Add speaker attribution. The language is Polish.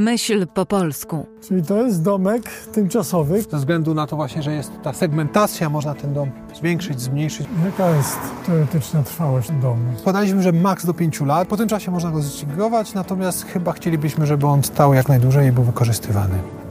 Speaker 1: Myśl po polsku.
Speaker 2: Czyli to jest domek tymczasowy.
Speaker 3: Ze względu na to właśnie, że jest ta segmentacja, można ten dom zwiększyć, zmniejszyć.
Speaker 2: Jaka jest teoretyczna trwałość domu?
Speaker 3: Podaliśmy, że maks do 5 lat. Po tym czasie można go zlikwidować, natomiast chyba chcielibyśmy, żeby on stał jak najdłużej i był wykorzystywany.